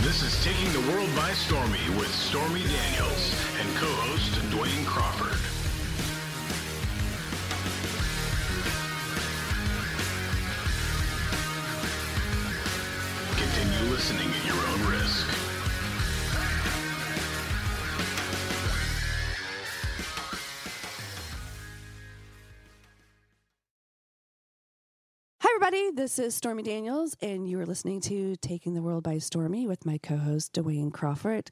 This is Taking the World by Stormy with Stormy Daniels and co-host Dwayne Crawford. Continue listening at your own risk. Hi, everybody. This is Stormy Daniels, and you are listening to Taking the World by Stormy with my co host, Dwayne Crawford,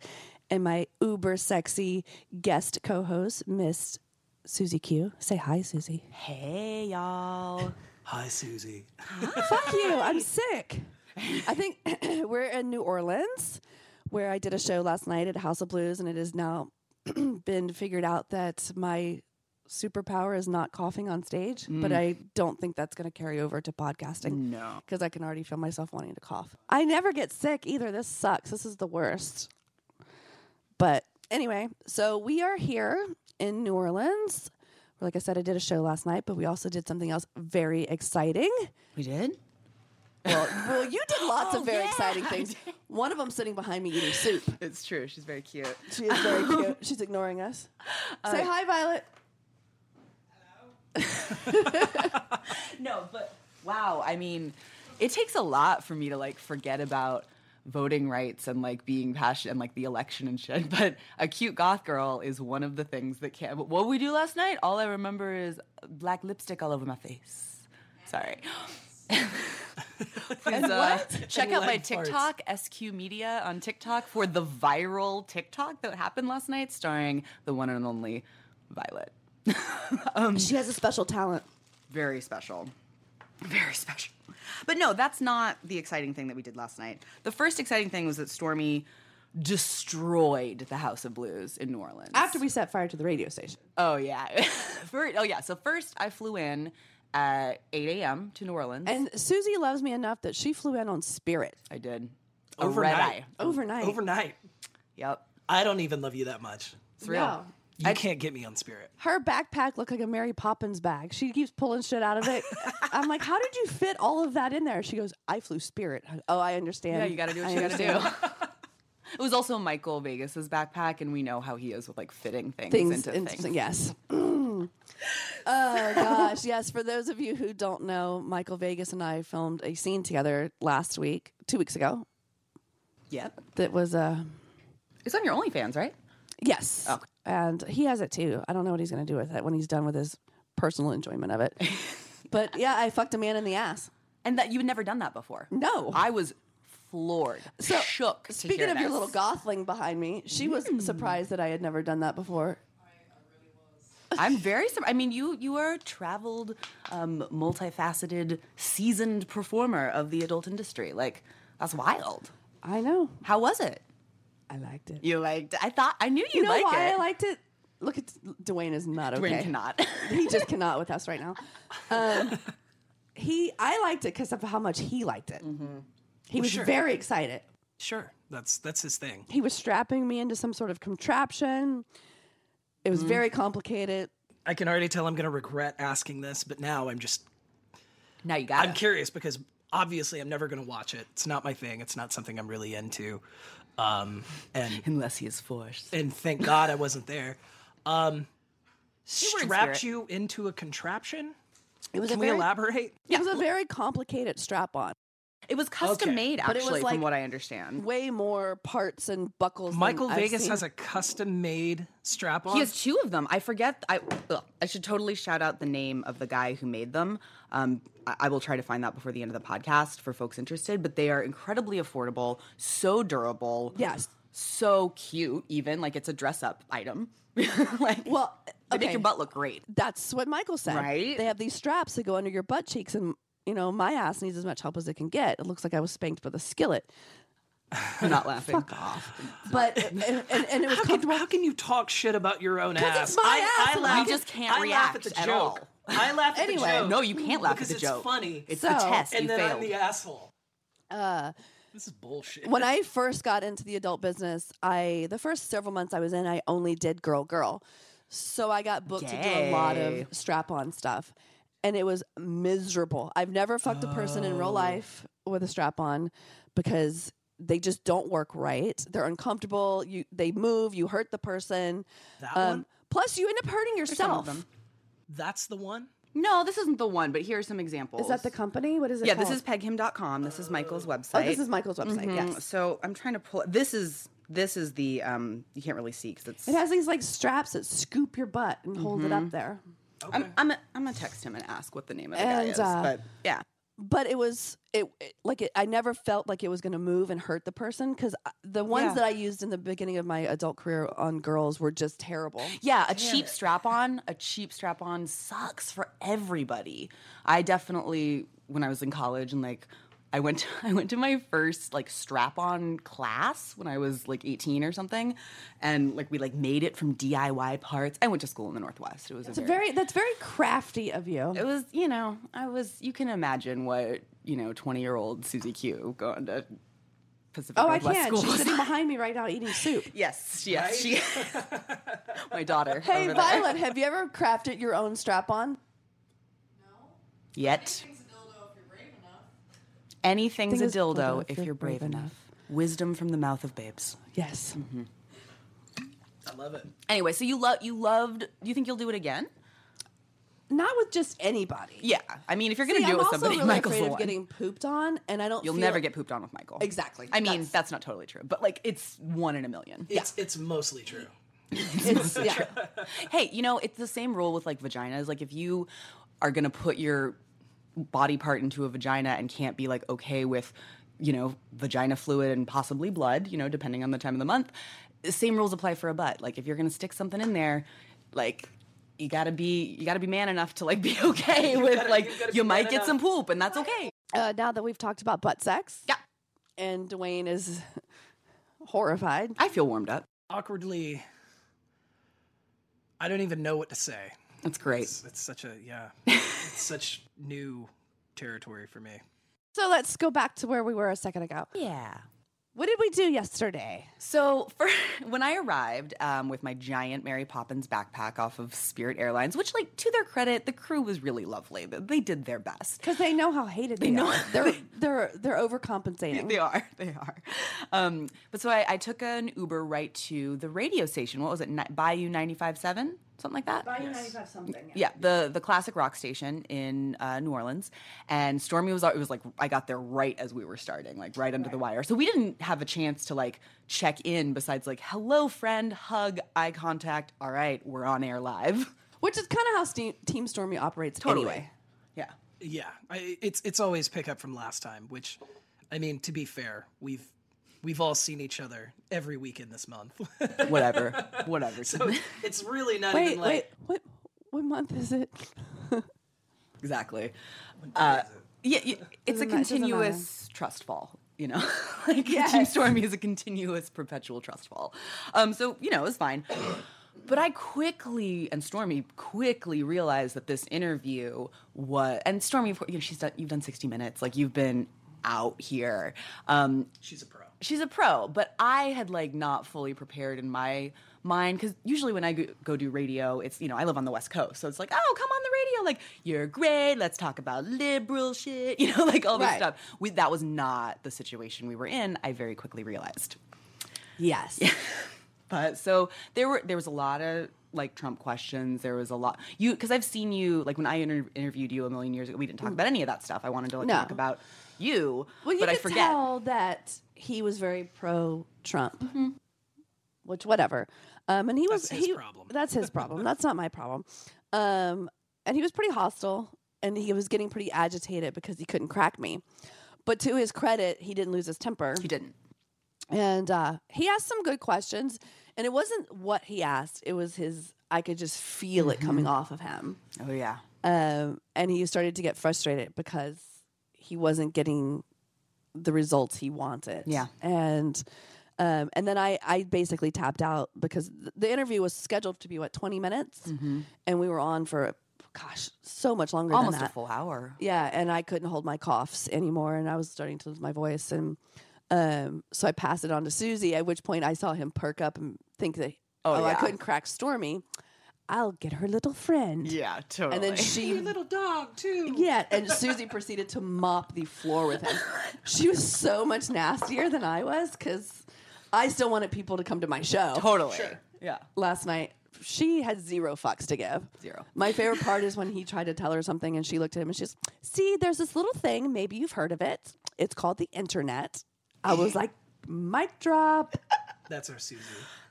and my uber sexy guest co host, Miss Susie Q. Say hi, Susie. Hey y'all. Hi, Susie. Fuck you. I'm sick. I think we're in New Orleans, where I did a show last night at House of Blues, and it has now been figured out that my superpower is not coughing on stage, but I don't think that's going to carry over to podcasting. No. Because I can already feel myself wanting to cough. I never get sick either. This sucks. This is the worst. But anyway, so we are here in New Orleans. Like I said, I did a show last night, but we also did something else very exciting. We did? Well, well, you did lots of very exciting things. One of them sitting behind me eating soup. It's true. She's very cute. She is very cute. She's ignoring us. Say hi, Violet. No, but wow. I mean, it takes a lot for me to like forget about voting rights and like being passionate and like the election and shit. But a cute goth girl is one of the things that can. not What we do last night, all I remember is black lipstick all over my face. Sorry. Please uh, check And out my leg farts. TikTok, SQ Media on TikTok for the viral TikTok that happened last night, starring the one and only Violet. She has a special talent. very special. Very special. But no, that's not the exciting thing that we did last night. The first exciting thing was that Stormy destroyed the House of Blues in New Orleans. After we set fire to the radio station. oh yeah. Fir- oh yeah. So first I flew in at 8 a.m. to New Orleans. And Susie loves me enough that she flew in on Spirit I did. A red Overnight. eye. overnight. Overnight. Yep. I don't even love you that much. It's real. No. You can't get me on spirit. Her backpack looked like a Mary Poppins bag. She keeps pulling shit out of it. I'm like, how did you fit all of that in there? She goes, I flew Spirit. Oh, I understand. Yeah, you gotta do what I you gotta understand. do. It was also Michael Vegas's backpack, and we know how he is with like fitting things, things, into into- things. Yes. oh gosh, yes. For those of you who don't know, Michael Vegas and I filmed a scene together last week, two weeks ago. Yep. That was a It's on your OnlyFans, right? yes, Oh. and he has it too. I don't know what he's going to do with it when he's done with his personal enjoyment of it. but yeah, I fucked a man in the ass. And that you've never done that before. No. I was floored, So, shook. to Speaking hear of your this. Hmm. little gothling behind me, she was surprised that I had never done that before. I'm very. Sur- I mean, you you are a traveled, um, multifaceted, seasoned performer of the adult industry. Like that's wild. I know. How was it? I liked it. You liked? I thought I knew you, You know like why it. I liked it? Look at Dwayne is not okay. Dwayne cannot. he just cannot with us right now. Um, he, I liked it because of how much he liked it. He was Mm-hmm. sure. very excited. Sure. That's that's his thing. He was strapping me into some sort of contraption. It Mm-hmm. was very complicated. I can already tell I'm gonna regret asking this, but now I'm just now you got I'm it. curious because obviously I'm never gonna watch it. It's not my thing, it's not something I'm really into. Um and Unless he is forced. and thank God I wasn't there. Um were in strapped spirit. you into a contraption? It was Can a we very, elaborate? It was a very complicated strap on. It was custom Okay. made, But it was actually, like- from what I understand. Way more parts and buckles. Michael than Vegas I've has a custom made strap on. He has two of them. I forget. I ugh, I should totally shout out the name of the guy who made them. Um, I, I will try to find that before the end of the podcast for folks interested. But they are incredibly affordable, so durable, Yes. so cute. Even like it's a dress up item. like Well, they make okay. your butt look great. That's what Michael said. Right? They have these straps that go under your butt cheeks, and you know my ass needs as much help as it can get. It looks like I was spanked with a skillet, I'm not laughing. Fuck off. but and, and, and it was How can, comfortable. how can you talk shit about your own 'Cause ass? it's my ass and we just can't react at all. I laugh at Anyway, the joke. No, you can't laugh because at the it's joke. funny. It's So- the test. and you then failed. I'm the asshole. Uh, This is bullshit. when I first got into the adult business, I the first several months I was in, I only did girl girl. So I got booked to do a lot Gay. of strap on stuff. And it was Oh. miserable. I've never fucked a person in real life with a strap on because they just don't work right. They're uncomfortable. You they move. You hurt the person. Um, That one? Plus, you end up hurting Some of yourself. them. That's the one. No, this isn't the one, but here are some examples. Is that the company? What is it? Yeah, this called? is peghim.com. This is Michael's website. Oh, this is Michael's website. Mm, Yes. So I'm trying to pull. This is this is the um. You can't really see because it's. It has these like straps that scoop your butt and hold it Mm-hmm. up there. I'm I'm a, I'm gonna text him and ask what the name of the guy And, is. uh, but yeah, But it was it, it- like it, I never felt like it was going to move and hurt the person because the ones Yeah. that I used in the beginning of my adult career on girls were just terrible. yeah. A cheap strap on. A cheap strap on sucks for everybody. I definitely when I was in college and like. I went to, I went to my first like strap on class when I was like 18 or something and like we like made it from DIY parts. I went to school in the Northwest. It was It's very that's very crafty of you. it was you know i was you can imagine what you know 20 year old susie q going to pacific Oh, I Northwest can. school She's sitting behind me right now eating soup. yes yes she my daughter Hey, over there. Violet, have you ever crafted your own strap on? yet anything's Thing a is, dildo if you're brave enough wisdom from the mouth of babes Yes. Mm-hmm. I love it. anyway so you love you loved you think you'll do it again Not with just anybody. yeah i mean if you're gonna See, do I'm it with also somebody really michael's the afraid of one. getting pooped on, and I don't. you'll feel- never get pooped on with michael Exactly. i mean That's- that's not totally true but like it's one in a million It's it's mostly true. It's, yeah. Hey, you know, it's the same rule with like vaginas. Like if you are going to put your body part into a vagina and can't be like okay with, you know, vagina fluid and possibly blood, you know, depending on the time of the month, same rules apply for a butt. Like if you're going to stick something in there, like you got to be you got to be man enough to like be okay with like you, might get some poop and that's okay. Uh, now that we've talked about butt sex, Yeah. and Dwayne is horrified. I feel warmed up. Awkwardly, I don't even know what to say. That's great. It's such a yeah. it's such new territory for me. So let's go back to where we were a second ago. Yeah. What did we do yesterday? So for when I arrived um, with my giant Mary Poppins backpack off of Spirit Airlines, which like to their credit, the crew was really lovely. They- They did their best. Because they know how hated they, know- are. They're they're they're overcompensating. They are, they are. Um, but so I, I took an Uber right to the radio station. What was it? Ni- Bayou 95.7? Something like that? something. yeah, the the classic rock station in uh, New Orleans, and Stormy was it was like I got there right as we were starting, like right under the wire. So we didn't have a chance to like check in besides like hello friend, hug, eye contact. All right, we're on air live. Which is kind of how Ste- Team Stormy operates anyway. yeah. Yeah, I, it's it's always pick up from last time. Which, I mean, to be fair, we've we've all seen each other every weekend this month. Whatever, whatever. so it's really not Wait, even like wait, what what month is it? exactly. Uh, yeah, yeah, it's a Doesn't ma- doesn't continuous trust fall. You know, like Team Stormy is a continuous, perpetual trust fall. Um, so you know, it was fine. But I quickly and Stormy quickly realized that this interview was, and Stormy, of course, you know, she's done. You've done sixty minutes. Like you've been out here. Um, she's a pro. she's a pro, but I had like not fully prepared in my mind because usually when I go, go do radio, it's you know I live on the West Coast, so it's like oh come on the radio, like you're great, let's talk about liberal shit, you know, like all this Right. stuff. We, that was not the situation we were in. I very quickly realized. Yes. But so there were there was a lot of like Trump questions. There was a lot you because I've seen you like when I inter- interviewed you a million years ago. We didn't talk about any of that stuff. I wanted to like, Mm. No. talk about you, Well, you but could I forget. tell that he was very pro Trump, which whatever. Um, and he was That's his he, problem. That's his problem. that's not my problem. Um, and he was pretty hostile, and he was getting pretty agitated because he couldn't crack me. But to his credit, he didn't lose his temper, You didn't. and uh, he asked some good questions. And it wasn't what he asked; it was his. I could just feel it coming off of him Oh yeah. um, and he started to get frustrated because he wasn't getting the results he wanted. Yeah. and um, and then I I basically tapped out because th- the interview was scheduled to be what twenty minutes, and we were on for gosh so much longer Mm-hmm. Almost than a that. full hour. Yeah, and I couldn't hold my coughs anymore, and I was starting to lose my voice, and um, so I passed it on to Susie. At which point, I saw him perk up and think that, oh, I yeah. couldn't crack Stormy. I'll get her little friend. Yeah, totally. And then she little dog too. Yeah, and Susie proceeded to mop the floor with him. She was so much nastier than I was because I still wanted people to come to my show. totally. Yeah. Last night, she had zero fucks to give. Zero. My favorite part is when he tried to tell her something and she looked at him and she's, see, there's this little thing. Maybe you've heard of it. It's called the internet. I was like, mic drop. That's our Susie.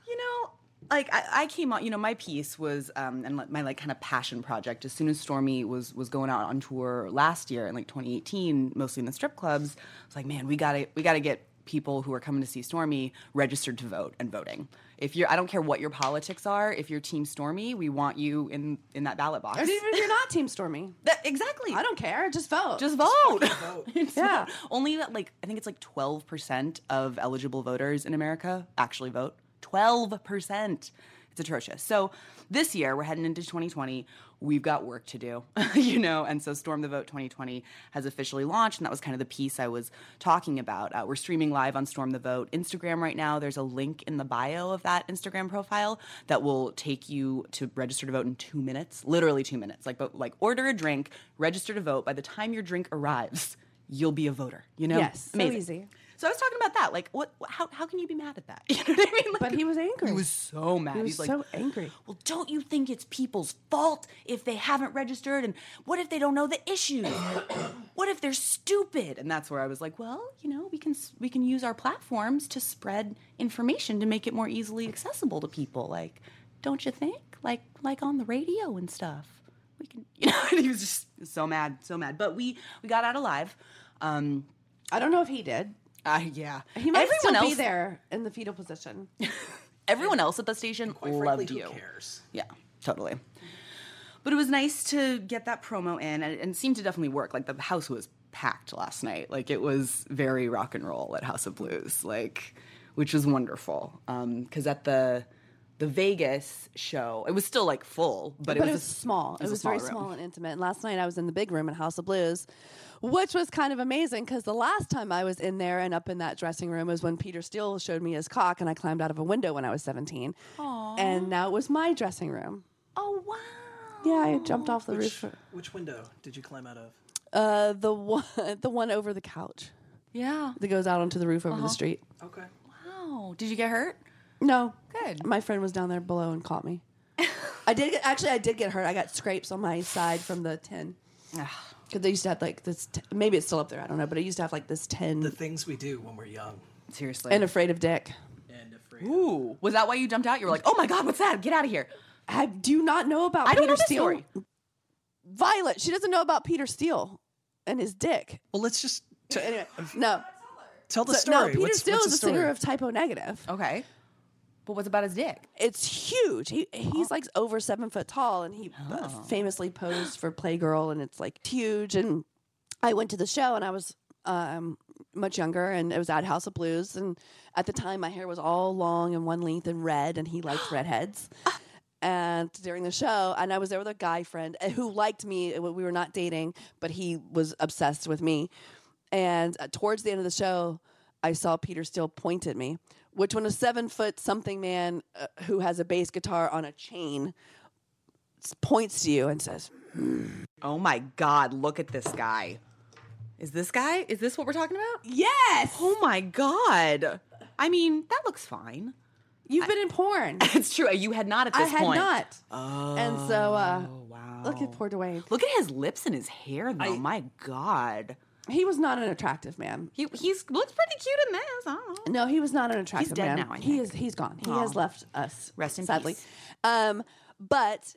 You know, like I, I came out. You know, my piece was um, and like, my like kind of passion project. As soon as Stormy was was going out on tour last year in like 2018, mostly in the strip clubs, I was like, man, we gotta we gotta get people who are coming to see Stormy registered to vote and voting. If you're, I don't care what your politics are. If you're Team Stormy, we want you in in that ballot box. Or even if you're not Team Stormy, That- exactly. I don't care. Just vote. Just vote. It's Yeah. not- Only that, like, I think it's like 12% of eligible voters in America actually vote. 12%. It's atrocious. So this year, we're heading into 2020. We've got work to do, you know? And so Storm the Vote 2020 has officially launched. And that was kind of the piece I was talking about. Uh, we're streaming live on Storm the Vote Instagram right now. There's a link in the bio of that Instagram profile that will take you to register to vote in two minutes, literally two minutes. Like, but, like order a drink, register to vote. By the time your drink arrives, you'll be a voter. You know, Yes, so Amazing. easy. So I was talking about that. Like, what? wh- How, how can you be mad at that? You know what I mean? Like, But he was angry. He was so mad. He was He's like, so angry. Well, don't you think it's people's fault if they haven't registered? And what if they don't know the issue? what if they're stupid? And that's where I was like, well, you know, we can s- we can use our platforms to spread information to make it more easily accessible to people. Like, don't you think? Like like on the radio and stuff. We can, you know. And he was just so mad, so mad. But we we got out alive. Um, I don't know if he did. uh, yeah. He might still else, be there in the fetal position. Everyone else at the station Quite loved frankly, you. Who cares? Yeah, totally. But it was nice to get that promo in, and, and it seemed to definitely work. Like the house was packed last night. Like it was very rock and roll at House of Blues, like which was wonderful. Because at the the Vegas show, it was still like full, But, but, it was, it was small. It was, a very room. small and intimate. And last night I was in the big room in House of Blues, which was kind of amazing because the last time I was in there and up in that dressing room was when Peter Steele showed me his cock and I climbed out of a window when I was 17. And now it was my dressing room. Oh wow! Yeah, I jumped off the Which, roof. which window did you climb out of? Uh, the one, the one over the couch Yeah. that goes out onto the roof over the street. Okay. Wow. Did you get hurt? No, Good. My friend was down there below and caught me. I did get, actually. I did get hurt. I got scrapes on my side from the tin. Because they used to have like this, t- maybe it's still up there, I don't know, but it used to have like this The 10 things we do when we're young Seriously. and afraid of dick. and afraid. of. Ooh, was that why you jumped out? You were like, "Oh my god, what's that? Get out of here!" I do you not know about I Peter don't know this Steele. story. Violet, she doesn't know about Peter Steele and his dick. Well, let's just t- Anyway, no. tell the So- story. No, Peter What's- Steele what's is the a story? singer of typo negative. Okay. But what's about his dick? It's huge. He he's like over seven foot tall, and he uh, Oh. famously posed for Playgirl, and it's like huge. And I went to the show, and I was um, much younger, and it was at House of Blues, and at the time my hair was all long and one length and red, and he liked redheads. And during the show, and I was there with a guy friend uh, who liked me. uh, We were not dating, but he was obsessed with me. And uh, towards the end of the show, I saw Peter Steele point at me, which when a seven foot something man uh, who has a bass guitar on a chain s- points to you and says, Oh my God, look at this guy. Is this guy? Is this what we're talking about? Yes, Oh my God. I mean, that looks fine. you've been in porn. It's true. You had not at I this had point. not. and so, uh, Oh, wow. look at poor Dwayne. Look at his lips and his hair, though. my God. He was not an attractive man. He he's, looks pretty cute in this. I don't know. No, he was not an attractive dead man. now, I he think. is. He's gone. He has left us. Rest in sadly. peace. Um, but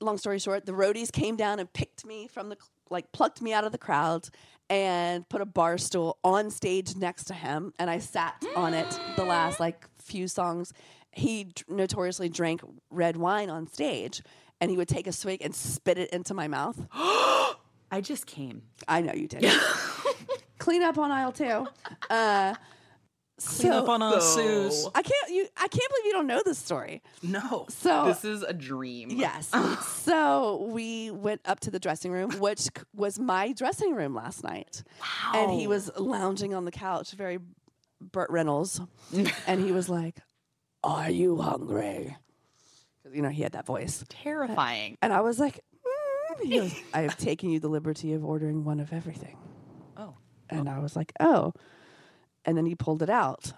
long story short, the roadies came down and picked me from the like plucked me out of the crowd and put a bar stool on stage next to him, and I sat on it the last like few songs. He d- notoriously drank red wine on stage, and he would take a swig and spit it into my mouth. I just came. I know you did. Clean up on aisle two. Uh, Clean so- up on us, Suze. I can't you I can't believe you don't know this story. No. So This is a dream. yes. so we went up to the dressing room, which c- was my dressing room last night. Wow. And he was lounging on the couch, very Burt Reynolds, and he was like, "Are you hungry?" 'Cause, you know, he had that voice. Terrifying. And I was like, mm. he goes, I have taken you the liberty of ordering one of everything. Oh. And I was like, oh. And then he pulled it out.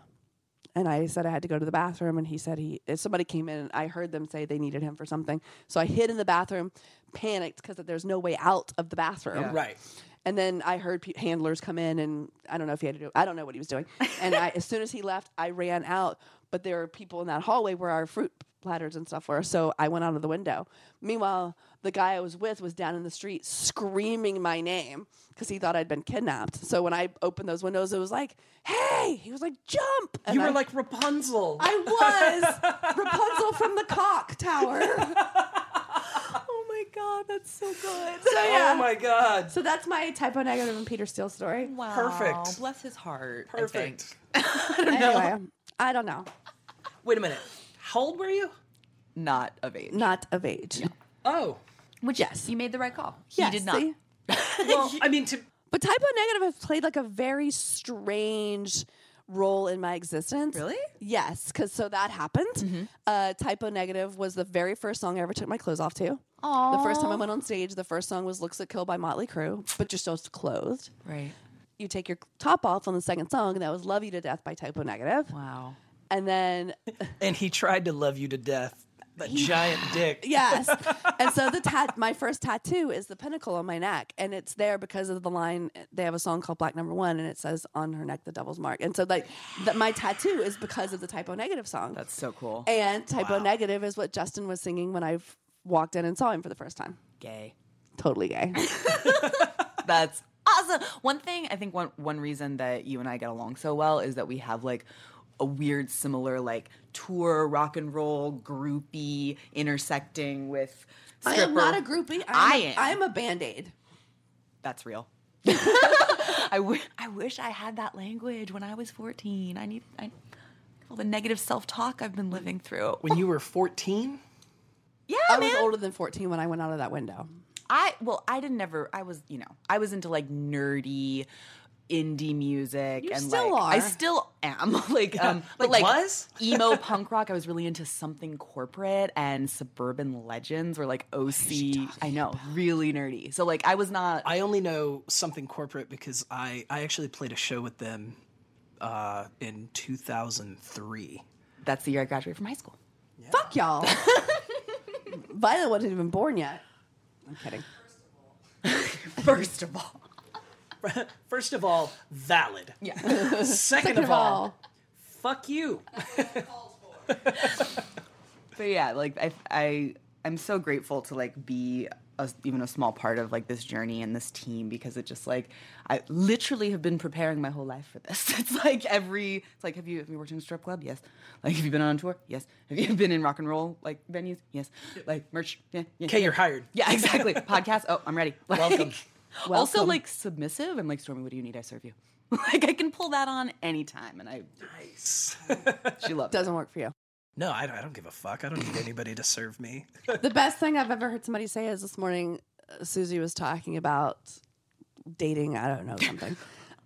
And I said I had to go to the bathroom. And he said he, if somebody came in and I heard them say they needed him for something. So I hid in the bathroom, panicked because there's no way out of the bathroom. Yeah. Right. And then I heard pe- handlers come in, and I don't know if he had to do. I don't know what he was doing. And I, as soon as he left, I ran out. But there were people in that hallway where our fruit platters and stuff were. So I went out of the window. Meanwhile, the guy I was with was down in the street screaming my name because he thought I'd been kidnapped. So when I opened those windows, it was like, "Hey!" He was like, "Jump!" And You I- were like Rapunzel. I was Rapunzel from the cock tower. Oh my god, that's so good. So yeah. Oh my god. so that's my typo negative and Peter Steele story. Wow. Perfect. Bless his heart. I think. Perfect. Anyway, I don't know. Wait a minute. How old were you? Not of age. Not of age. Oh. Which Yes. you made the right call. Yes, he did not. see? Well, I mean to But typo negative has played like a very strange role in my existence. Really? Mm-hmm. Yes, because so that happened. Uh, typo negative was the very first song I ever took my clothes off to. The first time I went on stage, the first song was "Looks at Kill" by Motley Crue, but you're still clothed. Right. You take your top off on the second song, and that was "Love You to Death" by Typo Negative. Wow. And then and he tried to love you to death. That giant dick. Yes. and so the tat my first tattoo is the pinnacle on my neck. And it's there because of the line they have a song called Black Number One and it says on her neck the devil's mark. And so like that my tattoo is because of the typo negative song. That's so cool. and typo negative is what Justin was singing when I f- walked in and saw him for the first time. Gay. Totally gay. That's awesome. One thing I think one one reason that you and I get along so well is that we have like a weird similar like tour rock and roll groupie intersecting with I stripper. am not a groupie. I I'm, am. I'm a band aid. That's real. I, w- I wish I had that language when I was 14. I need I, all the negative self talk I've been living through. When you were 14? Yeah, I was man. older than 14 when I went out of that window. I well, I didn't never. I was, you know, I was into like nerdy indie music, You and still like I are. still am. like, um, but like Like, was? emo punk rock. I was really into something corporate and suburban legends, or like OC. I know, really nerdy. So like, I was not. I only know something corporate because I, I actually played a show with them uh, in 2003. That's the year I graduated from high school. Fuck y'all. Violet wasn't even born yet. I'm kidding. First of all, First of all, valid. yeah. Second, Second of all, fuck you. but yeah, like I, I, I'm so grateful to like be a, even a small part of like this journey and this team because it just like I literally have been preparing my whole life for this. It's like every, it's like have you have you worked in a strip club? Yes. Like have you been on tour? Yes. Have you been in rock and roll like venues? Yes. Like merch? Yeah. yeah. Okay, you're hired. Yeah, exactly. Podcast. Oh, I'm ready. Like, Welcome. Also, Welcome. like submissive. I'm like Stormy. What do you need? I serve you. Like I can pull that on anytime, and I Nice. she loves. it. Doesn't work for you. No, I, don't- I don't give a fuck. I don't need anybody to serve me. The best thing I've ever heard somebody say is this morning, uh, Susie was talking about dating, I don't know, something.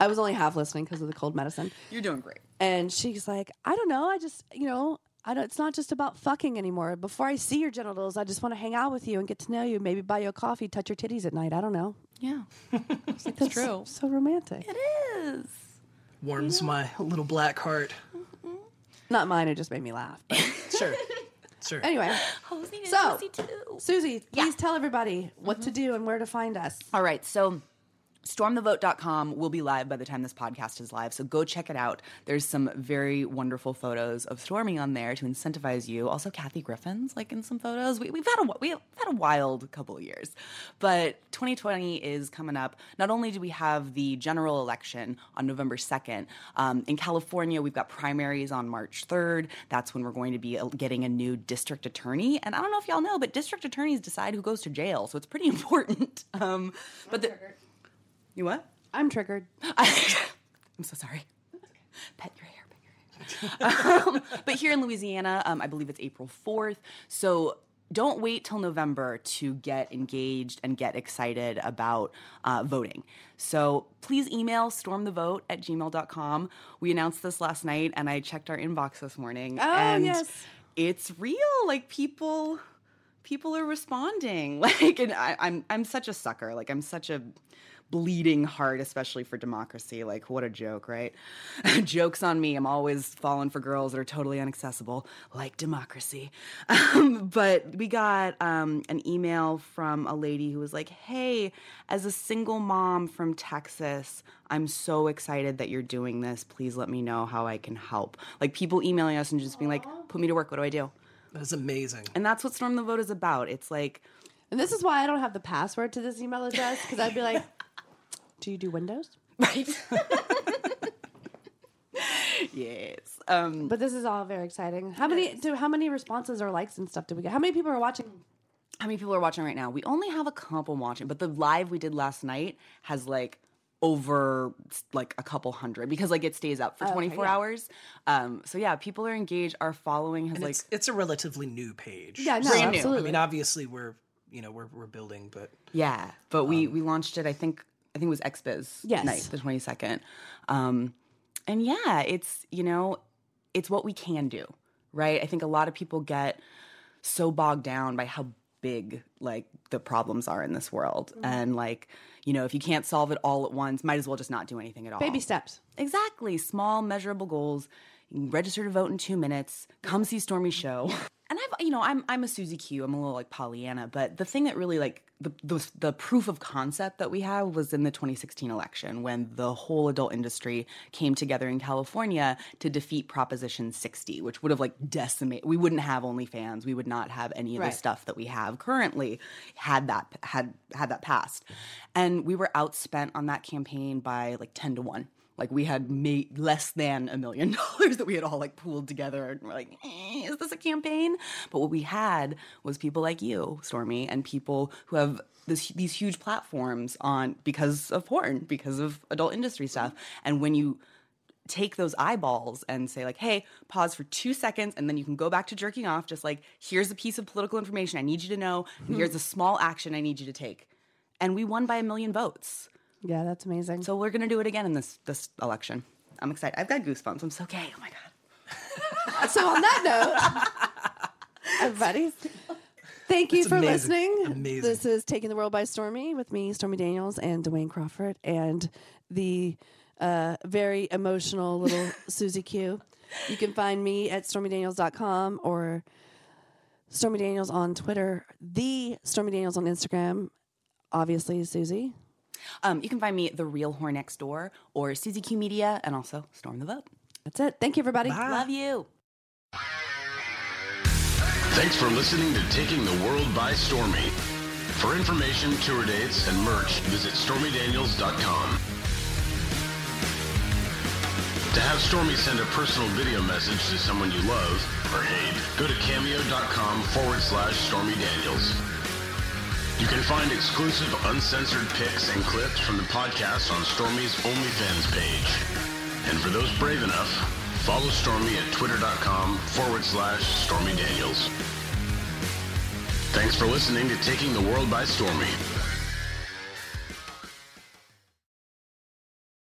I was only half listening because of the cold medicine. You're doing great. And she's like, I don't know. I just, you know, I don't, it's not just about fucking anymore. Before I see your genitals, I just want to hang out with you and get to know you, maybe buy you a coffee, touch your titties at night. I don't know. Yeah, It's That's true. So romantic. it is. Warms my little black heart. Not mine. It just made me laugh. But Sure. Sure. anyway, So- so, pussy Susie, please tell everybody what Mm-hmm. to do and where to find us. All right, so stormthevote.com will be live by the time this podcast is live. So go check it out. There's some very wonderful photos of Stormy on there to incentivize you. Also Kathy Griffin's like in some photos. We, we've had a we've had a wild couple of years. But 2020 is coming up. Not only do we have the general election on November 2nd, um, in California we've got primaries on March 3rd. That's when we're going to be uh, getting a new district attorney. And I don't know if y'all know, but district attorneys decide who goes to jail. So it's pretty important. Um, but the, you what? I'm triggered. I, am so sorry. Pet your hair, pet your hair Um, but here in Louisiana, um, I believe it's April 4th. So don't wait till November to get engaged and get excited about uh, voting. So please email stormthevote at gmail.com. We announced this last night and I checked our inbox this morning. Oh, and yes. it's real. Like people people are responding. Like and I, I'm I'm such a sucker. Like I'm such a bleeding heart, especially for democracy. Like what a joke, right? Jokes on me. I'm always falling for girls that are totally inaccessible, like democracy. Um, but we got um, an email from a lady who was like, "Hey, as a single mom from Texas, I'm so excited that you're doing this. Please let me know how I can help." Like people emailing us and just being like, "Put me to work. What do I do?" That's amazing. And that's what Storm the Vote is about. It's like And this is why I don't have the password to this email address because I'd be like, do you do Windows? Right. yes. Um, But this is all very exciting. How many? Do, how many responses or likes and stuff do we get? How many people are watching? how many people are watching right now? We only have a couple watching, but the live we did last night has like over like a couple hundred because like it stays up for Oh, 24 yeah. hours. Um, so yeah, people are engaged. Our following has And like it's it's a relatively new page. Yeah, no, Brand new. I absolutely. mean, obviously we're you know we're we're building, but Yeah, but we we launched it. I think I think it was XBiz Um, Yes. night, the twenty second. Um, and yeah, it's you know, it's what we can do, right? I think a lot of people get so bogged down by how big like the problems are in this world, Mm-hmm. and like you know, if you can't solve it all at once, might as well just not do anything at all. Baby steps. Exactly. Small, measurable goals. You can register to vote in two minutes. Come see Stormy show. And I've, you know, I'm I'm a Susie Q. I'm a little like Pollyanna, but the thing that really like the the, the proof of concept that we have was in the 2016 election when the whole adult industry came together in California to defeat Proposition 60, which would have like decimated. We wouldn't have OnlyFans. We would not have any of Right. the stuff that we have currently had that had had that passed, and we were outspent on that campaign by like 10 to one. Like we had made less than a million dollars that we had all like pooled together, and we're like, eh, is this a campaign? But what we had was people like you, Stormy, and people who have this, these huge platforms on because of porn, because of adult industry stuff. And when you take those eyeballs and say like hey pause for two seconds and then you can go back to jerking off just like here's a piece of political information i need you to know and here's a small action i need you to take and we won by a million votes Yeah, that's amazing. so we're gonna do it again in this this election i'm excited i've got goosebumps i'm so gay oh my god so on that note, everybody, thank you That's for amazing. listening. Amazing. This is Taking the World by Stormy with me, Stormy Daniels, and Dwayne Crawford, and the uh, very emotional little Susie Q. You can find me at stormydaniels.com or Stormy Daniels on Twitter, the Stormy Daniels on Instagram, obviously, Susie. um, you can find me at the real whore next door or susie q media and also storm the vote That's it. Thank you, everybody. love you Thanks for listening to Taking the World by Stormy. For information, tour dates, and merch, visit stormydaniels.com. To have Stormy send a personal video message to someone you love or hate, go to cameo.com forward slash Stormy Daniels. You can find exclusive uncensored pics and clips from the podcast on Stormy's OnlyFans page. And for those brave enough, follow Stormy at twitter.com forward slash Stormy Daniels. Thanks for listening to Taking the World by Stormy.